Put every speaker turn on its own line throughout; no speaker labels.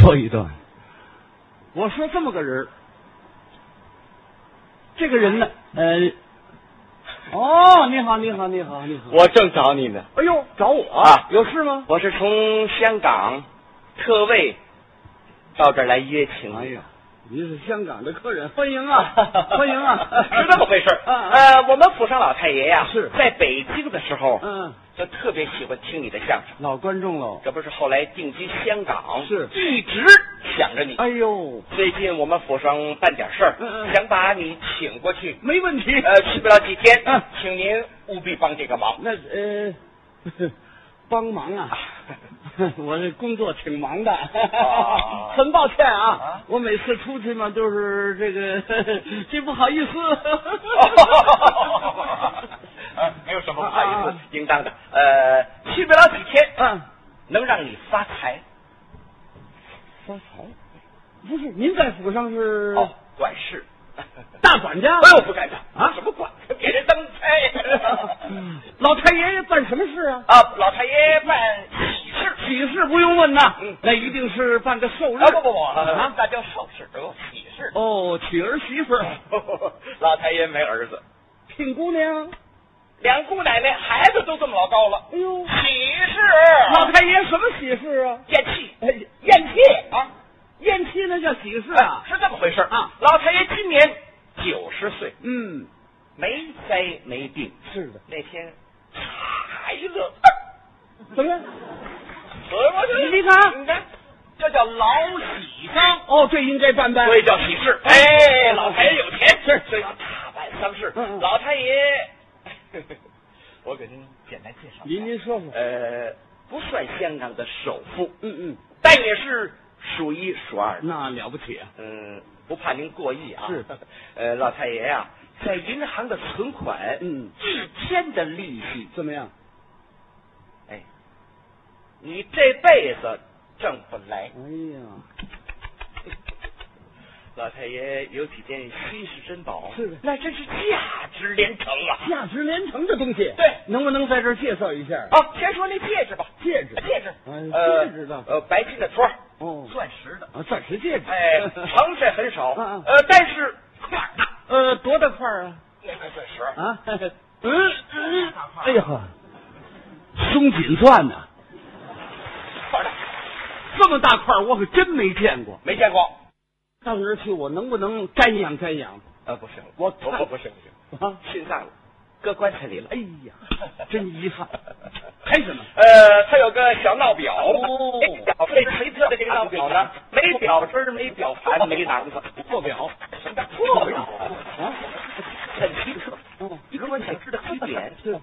说一段。
我说这么个人儿，这个人呢，呃，哦，你好，你好，你好，你好，
我正找你呢。
哎呦，找我
啊
有事吗？
我是从香港特为到这儿来约请
哎
你。
呀，您是香港的客人，欢迎啊， 欢迎啊，
是这么回事儿。
啊啊
呃，我们府上老太爷呀，
是
在北京的时候，
嗯，
就特别喜欢听你的相声。
老观众喽，
这不是后来定居香港，
是
一直想着你。
哎呦，
最近我们府上办点事
嗯
儿，
嗯
想把你请过 去。
没问题。
呃，去不了几天
嗯，
请您务必帮这个 忙。
那呃，帮忙啊， 我这工作挺忙的，
啊
很抱歉啊，
啊
我每次出去嘛都是这个， 这不好意思。
呃，没有什么不好意思，应当的。呃，去不了几天，
啊，
能让你发财。
发财？不是，您在府上是
哦，管事。
嗯 大管家？
哎呦，不敢当
啊嗯
什么管？给人当差。
老太爷爷办什么事啊？
啊，老太爷办喜事。
喜事不用问呐，
嗯
那一定是办个寿日。
啊不不不，
啊
那叫寿事，这有喜 事。
哦，娶儿媳妇儿，
嗯老太爷没儿子，
聘姑娘。
两姑奶奶孩子都这么老高了。
哎呦，
喜事，
老太爷什么喜事啊？
咽气，
哎，
咽气啊。
宴期那叫喜 事啊。
是这么回事儿
啊
老太爷今年九十岁，
嗯，
没灾没病。
是的。
那天孩子，
怎么了？
我 我这
你看
你看，这叫老喜丧，
哦，这应该办办。
所以叫喜事。哎，老太爷有钱，
是
所以要大办丧事。
嗯嗯
老太爷， 我给您简单介绍。
您您说说。
呃，不算香港的首富，
嗯
但也是数一数二的
嗯，。那了不起啊。
嗯，不怕您过意啊。
是，
呃，老太爷呀、在银行的存款，
嗯
一天的利息，
怎么样？
哎，你这辈子挣不来。
哎呀，
老太爷有几件稀世珍宝，
是的
那真是价值连城啊！
价值连城的东西，
对
能不能在这儿介绍一下？
啊，先说那戒指吧，
戒指
戒指，
哎
呃
戒指的
呃，白金的托儿，
哦
钻石的，
啊，钻石戒指。
哎，成色很少，
嗯嗯
呃，但是块儿大，
呃，多大块儿啊？
那块钻石
啊， 嗯嗯，哎呀，松紧钻呐、
块儿大，
这么大块儿我可真没见过。
没见过。
到那儿去，我能不能瞻仰瞻仰
呃，不行，
我
不不不行不行，
啊？
心脏搁棺材里了
哎。呀， 真遗憾。开什么？
呃，他有个小闹表，
哦
这表最奇特的这个闹表呢，没表针儿，没表盘，没囊子，
破表
什么叫破表
啊？
很奇特。
哦
如果想知道一点，
是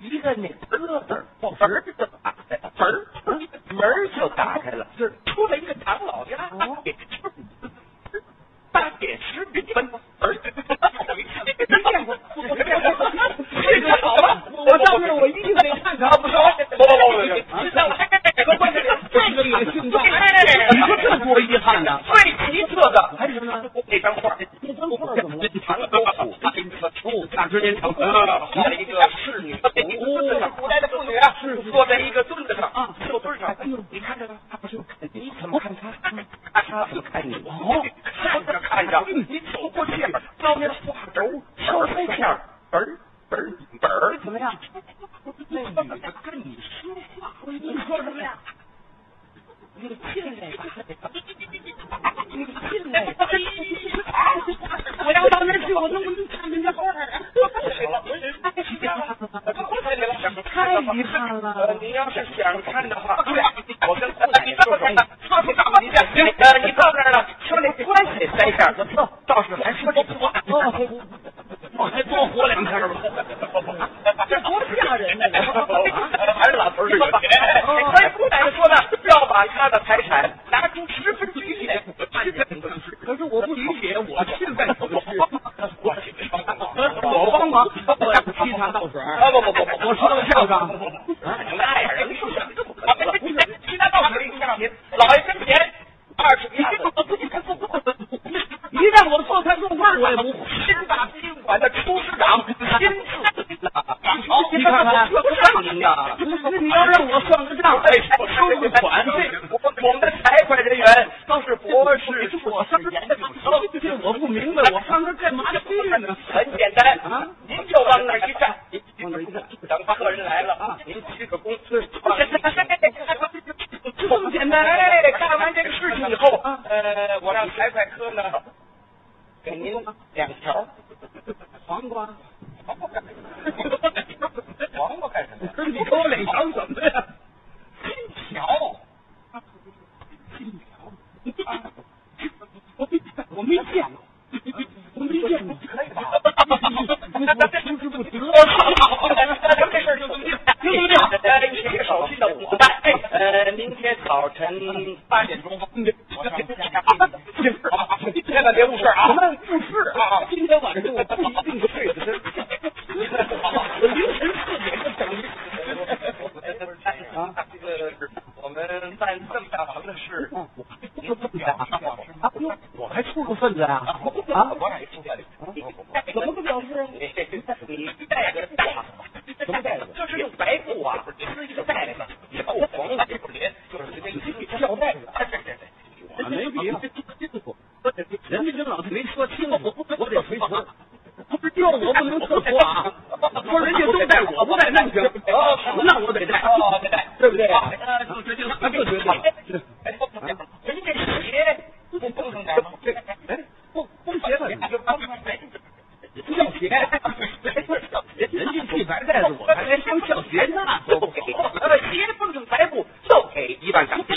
一个那鸽子儿，门儿就打开了，门儿门儿就打开了，
是
出来一个唐老鸭
哦，
给大铁石给你们门儿，没见过，没见过，这个好吗？
我到那儿我一定得看看哎
啊， 不行，不不不不不，那我还得给关键
这个也姓赵
你
你说这多遗憾呐
哎最奇特的
还有什么呢？
那张画，
那张画怎么了
长沟虎，金丝兔，
大直连城
画了一个侍 女，这是古代的妇女啊，
是
坐在一个墩子上，
啊
坐墩上
哎呦，
你看着吧，你怎么看他？他怎么看你？嗯哦，看着看着，你走过去，照那画轴，敲三下，嘣儿嘣儿嘣儿，
怎么样？
那女的跟你说话，你说什么呀？你进来吧，你进来吧。
我要到那儿去，我能不能看看这画儿啊？太遗憾了。
您要是想看的话，我跟姑奶奶说说，说说干嘛去？行，呃，你到那儿了，说那关系三下，倒是还说这话，
哦我还多活两天吧。这多吓人呢！
还是老头儿有钱。关姑奶奶说呢，要把他的财产拿出十分之一来办这个事。
可是我不理解，我现在怎么去？
我去帮忙，
我帮忙，我沏茶倒水。
啊不不不不，
我说到相声。
那呀，人不想不是，其他倒水一下您，老爷跟前二十一
一让我做菜做饭，我也不会。
新大殡仪馆的厨师长亲自啊，
你看看，
说不上您呐。
不是你要让我算个账，
哎，我收入款，这我们的财会人员去以后，
啊
呃，我让财会科呢给您两条
黄瓜，
黄瓜干什么？黄瓜干什么呀？
不是你给我领尝什么呀？
金条。
我没见过，我没见过，
可以吧
我求之不得。
那咱们这事儿就这么定，
就这么定
呃，一切手续的我办。呃，明天早晨八点钟，我上家接你。千万别误事啊！
什么不是啊？今天晚上我不一定睡得着。我凌晨四点就等你。
啊，这个我们办这么大忙的事，
就这么点啊？啊哟，我还出过份子呀？啊，
我哪一出来？
怎么个表示啊？
你带个袋子，
什么袋子
就是用白布啊，织一个袋子，你把我黄了这不连，就是随便一
吊带子
对对对，
我没必要。人家跟老子没说清楚，我得回词。不是要我不能自说 啊！说人家都带我不带那不行，那我得带，
哦，对对，
对不对啊？
呃，就决定了，
那就决定了啊
哎，人家这鞋不蹦上点吗？
哎，不不鞋吧你？
就蹦上点。
不叫鞋，人家系白带子，我还连双叫鞋那都不给。
呃，鞋蹦上白布就给一万奖金。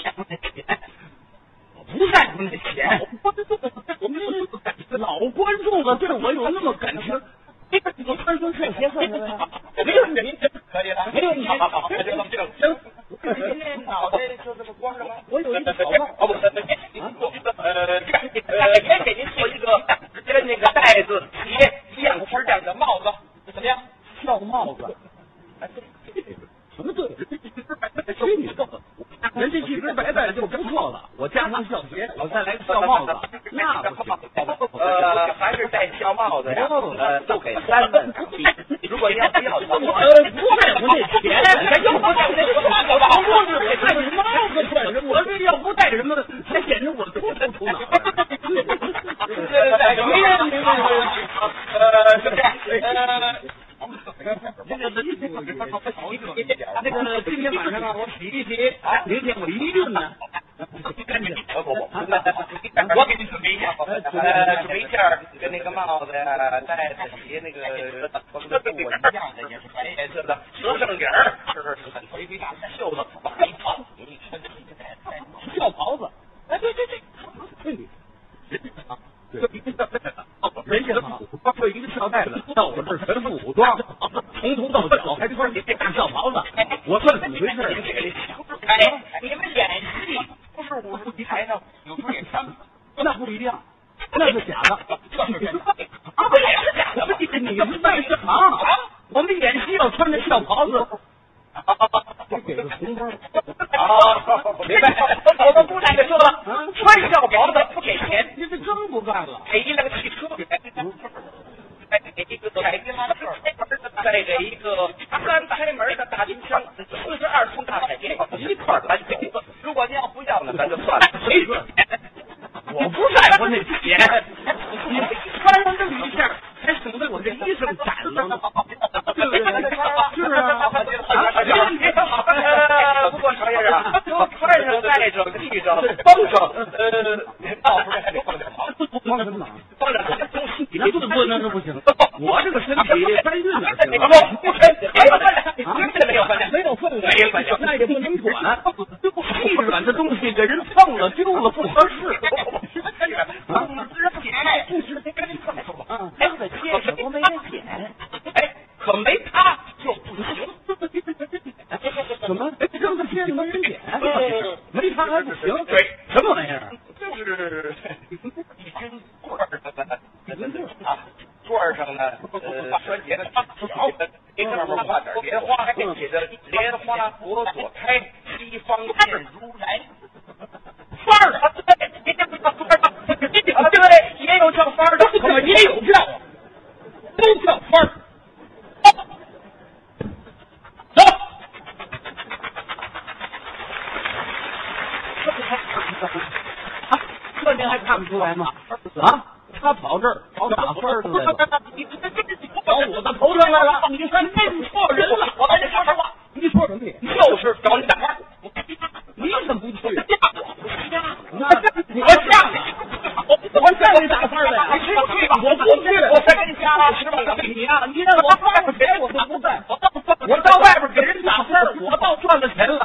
我不在乎那钱，我们老观众了，对我有那么感情。我穿双帅鞋算什么呀？没有你，
可以了，
没有你，
这么正 您这脑袋就这么光着吗？
我有一个好帽
哦不，呃，这样呃，先给您做一个跟那个袋子、鞋一样花这样的帽子，怎么样？
跳帽子，什么 对？吹你逗！人家一根白带就不错了，我加上校鞋，我再来个校帽子，那不行。
呃，还是戴小帽子呀，呃，就给三万港币。如果要不要的话，
呃，不在乎那钱，
还要不要那
我
话
不
怎么
是还戴着帽子穿着，我这要不戴什么的，还显着我秃头 秃脑袋。
没人没人，呃，是这样，呃。
这个衣服
啊
那啊个今天晚上啊，我洗一洗，明天我一定呢。赶紧，
我我我，我给你准备一件，呃，准备一件跟那个帽子呀、带子、鞋那个风格跟我一样的，也是白颜色的，折上领儿，是不是很垂垂大袖子往上一套，你穿这个太太
跳袍子。
哎，对对对，
对你，人家好，就一个跳带子，到我这儿全副武装，从头到脚，还穿你这大校袍子，我算怎么回
您
事？
这里哎，你们演戏不是武术题材呢，有时候也穿。
那不一样，那是假的。
啊，不也是假的吗？
你们外事行，我们演戏要穿着校袍子，得给个红包。
哦，明白。我们姑奶奶说了，穿校袍的不给钱。
你这更不干了。
给一辆汽车，再给一个改一拉车，再给一个三开门的大冰箱，四十二寸大彩电，一块儿搬走。如果您要不要呢，咱就算了。
谁说？我不在乎那钱，你穿上这么一件，还省得我这衣裳展了呢，对不对？是啊，
呃，不过常先生，说穿上、戴上、系上、绷上，呃，倒出来还得放点糖，
光什么？
放点糖都是
你那不能，那不 行。我这个身体搬运哪
你
行
不
啊？
不分， 没有分，真的没有分量，
没有分量，
没有分量，
那也不能管。细软的东西给人蹭了丢了不合 适。怎么扔到街上没人捡？
嗯
没他还不行？什么玩意儿？啊
莲花朵朵开，西方见如来。番儿啊，对，也有叫番儿的，啊对，也有叫番儿的，
怎么也有票啊？都叫花儿。走。这您还看不出来吗？啊，他跑这儿跑打分儿去 来了，跑我的头上来啊了。你还认错人了？
我 跟你说实话，
你说什么你？
就是找你打番儿。
你怎么不去？
我不下，
那啊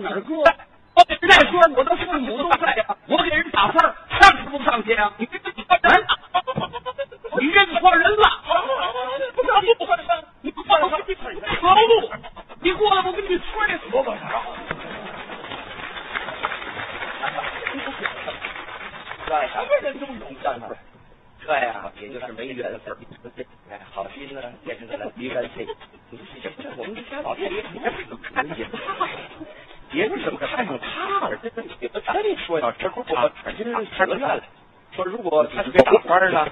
哪儿搁？再说我的父母都在呀，啊我给人打分儿上去不上去啊？你你认错人了，你不放心，可恶！你过来，我给你摔死！我
什么人都有干嘛？这呀，也就是没缘分。哎，好心呢，变成了离干脆。你这这我们这家老太爷还不能看见他呀？别人怎么看上他了？咱这说呀，这不我今天是得了。说如果他是给打分呢？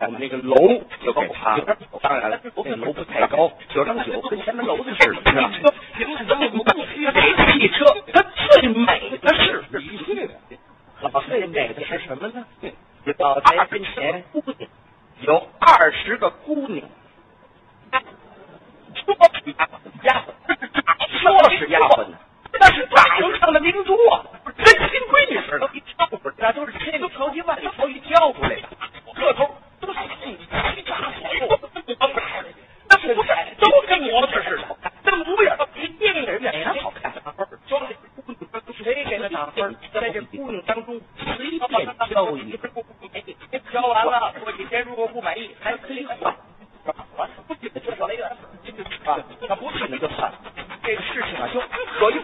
我们那个楼就给他了，当然了，那楼不太高，九张九跟前面楼子似的，是吧？
行了行了，我不提这汽车，它最美的是
你去的。老最美的是什么呢？老太爷跟前
姑娘，
有二十个姑娘，
说起来呀，
说是丫鬟呢，
那是大营上的明珠啊，跟亲闺女似的。你瞅着
那都是千里迢迢万里迢迢教出来的。
这头都是你七家伙，那不是都跟模特似的，那模样一定人
哪
家
样哎好看？
装的姑娘，
谁给他打 分？在这姑娘当中随便挑一个，挑
教
完
完了。
了过几天如果不满意还可以换，换不仅就少了一个，啊，那不是你就算了，这个事情啊就可以。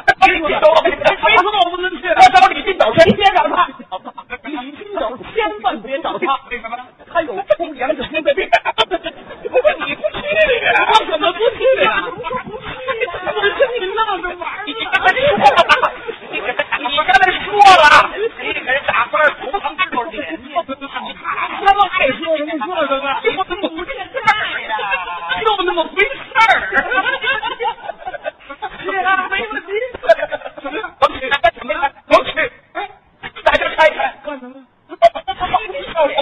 非说我不能去，我找李金斗去，你别找他，李金斗千万别找他，为什么？他有风阳的风的病。不是你不去呀？我怎么不去呀？我跟你闹着玩儿
你刚才说了，你给人打分，同行之口脸面。
他都爱说什么说什么，我怎么不这事儿呀？就那么回事儿。是啊，没问题。什么？王曲，什么？王曲，哎，大家开开，干什么？你笑脸，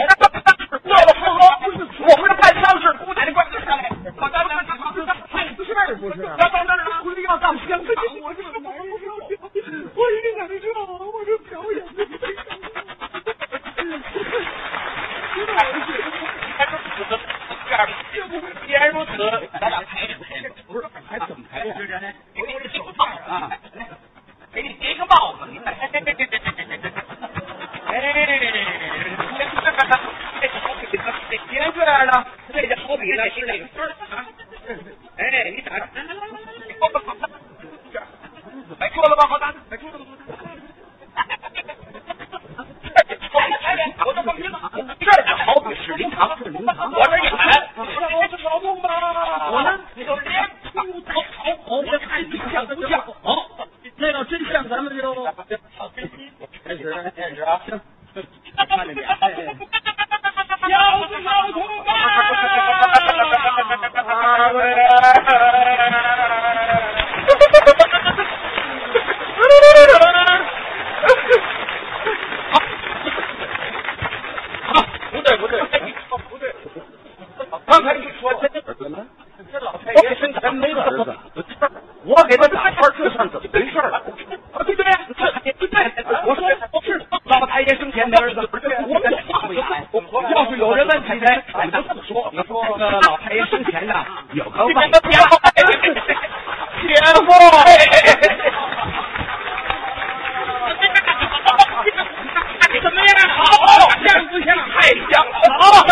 乐了呵呵。不是，我们这办丧事，姑奶奶关着上来，把咱们办事儿不是？要到那儿了，回来要上香港，我这难受，我一定难受，我这表演的。
既然如此，咱俩排
不是，还怎么排呀？
给你个手套啊，给你叠一个帽子，你看。哎，既然这样呢，这就好比呢是那个分儿啊。哎，你打，哎，过了吧，好大，哎，过了吧，我这么晕了，这就好比是灵堂，我这一喊，我这劳动吧，
我呢，
你就连
出头头，我看你像不像？好，那要真像咱们就开始
开始啊。
行，看着点，哎哎。
腰子挠痛啊！
不对不对，啊不对，
刚才你说这
怎么？
这老太
爷
爷
身
身
材
材
没
没
个
个
儿
儿
子
子，
我给他打分，这算怎么回事儿？
啊对不对？这对，我说是老太爷生前没儿子，我们话没来。要是有人问太太，我们就这么说，你说那个老太爷生前呢有个外家，姐夫。怎么样？好，像不像？太像了！好，